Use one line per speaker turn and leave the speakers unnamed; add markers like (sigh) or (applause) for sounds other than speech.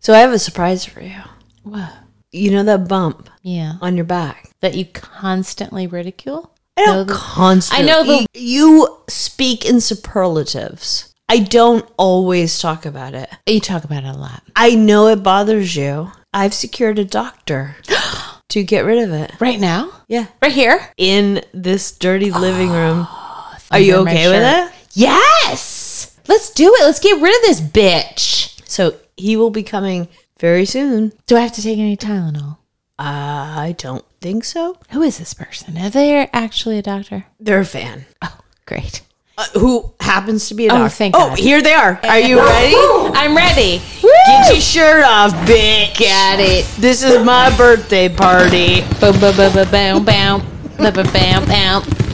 So I have a surprise for you.
What?
You know that bump
Yeah.
on your back?
That you constantly ridicule?
I
Know
don't
the-
constantly.
I know the-
you speak in superlatives. I don't always talk about it.
You talk about it a lot.
I know it bothers you. I've secured a
(gasps)
doctor to get rid of it.
Right now?
Yeah.
Right here?
In this dirty living
Ah,
room. Are you
Under my
okay with
shirt.
it?
Yes. Let's do it. Let's get rid of this bitch.
So he will be coming very soon.
Do I have to take any Tylenol?
I don't think so.
Who is this person? Are they actually a doctor?
They're a fan.
Oh, great.
Uh, who happens to be a doctor.
thank
oh,
God.
here they are. Are
(laughs)
you ready?
(laughs) I'm ready.
Get your shirt off, bitch.
Got it.
This is my birthday party.
Boom, boom, boom, boom, boom, boom, boom, boom, boom, boom.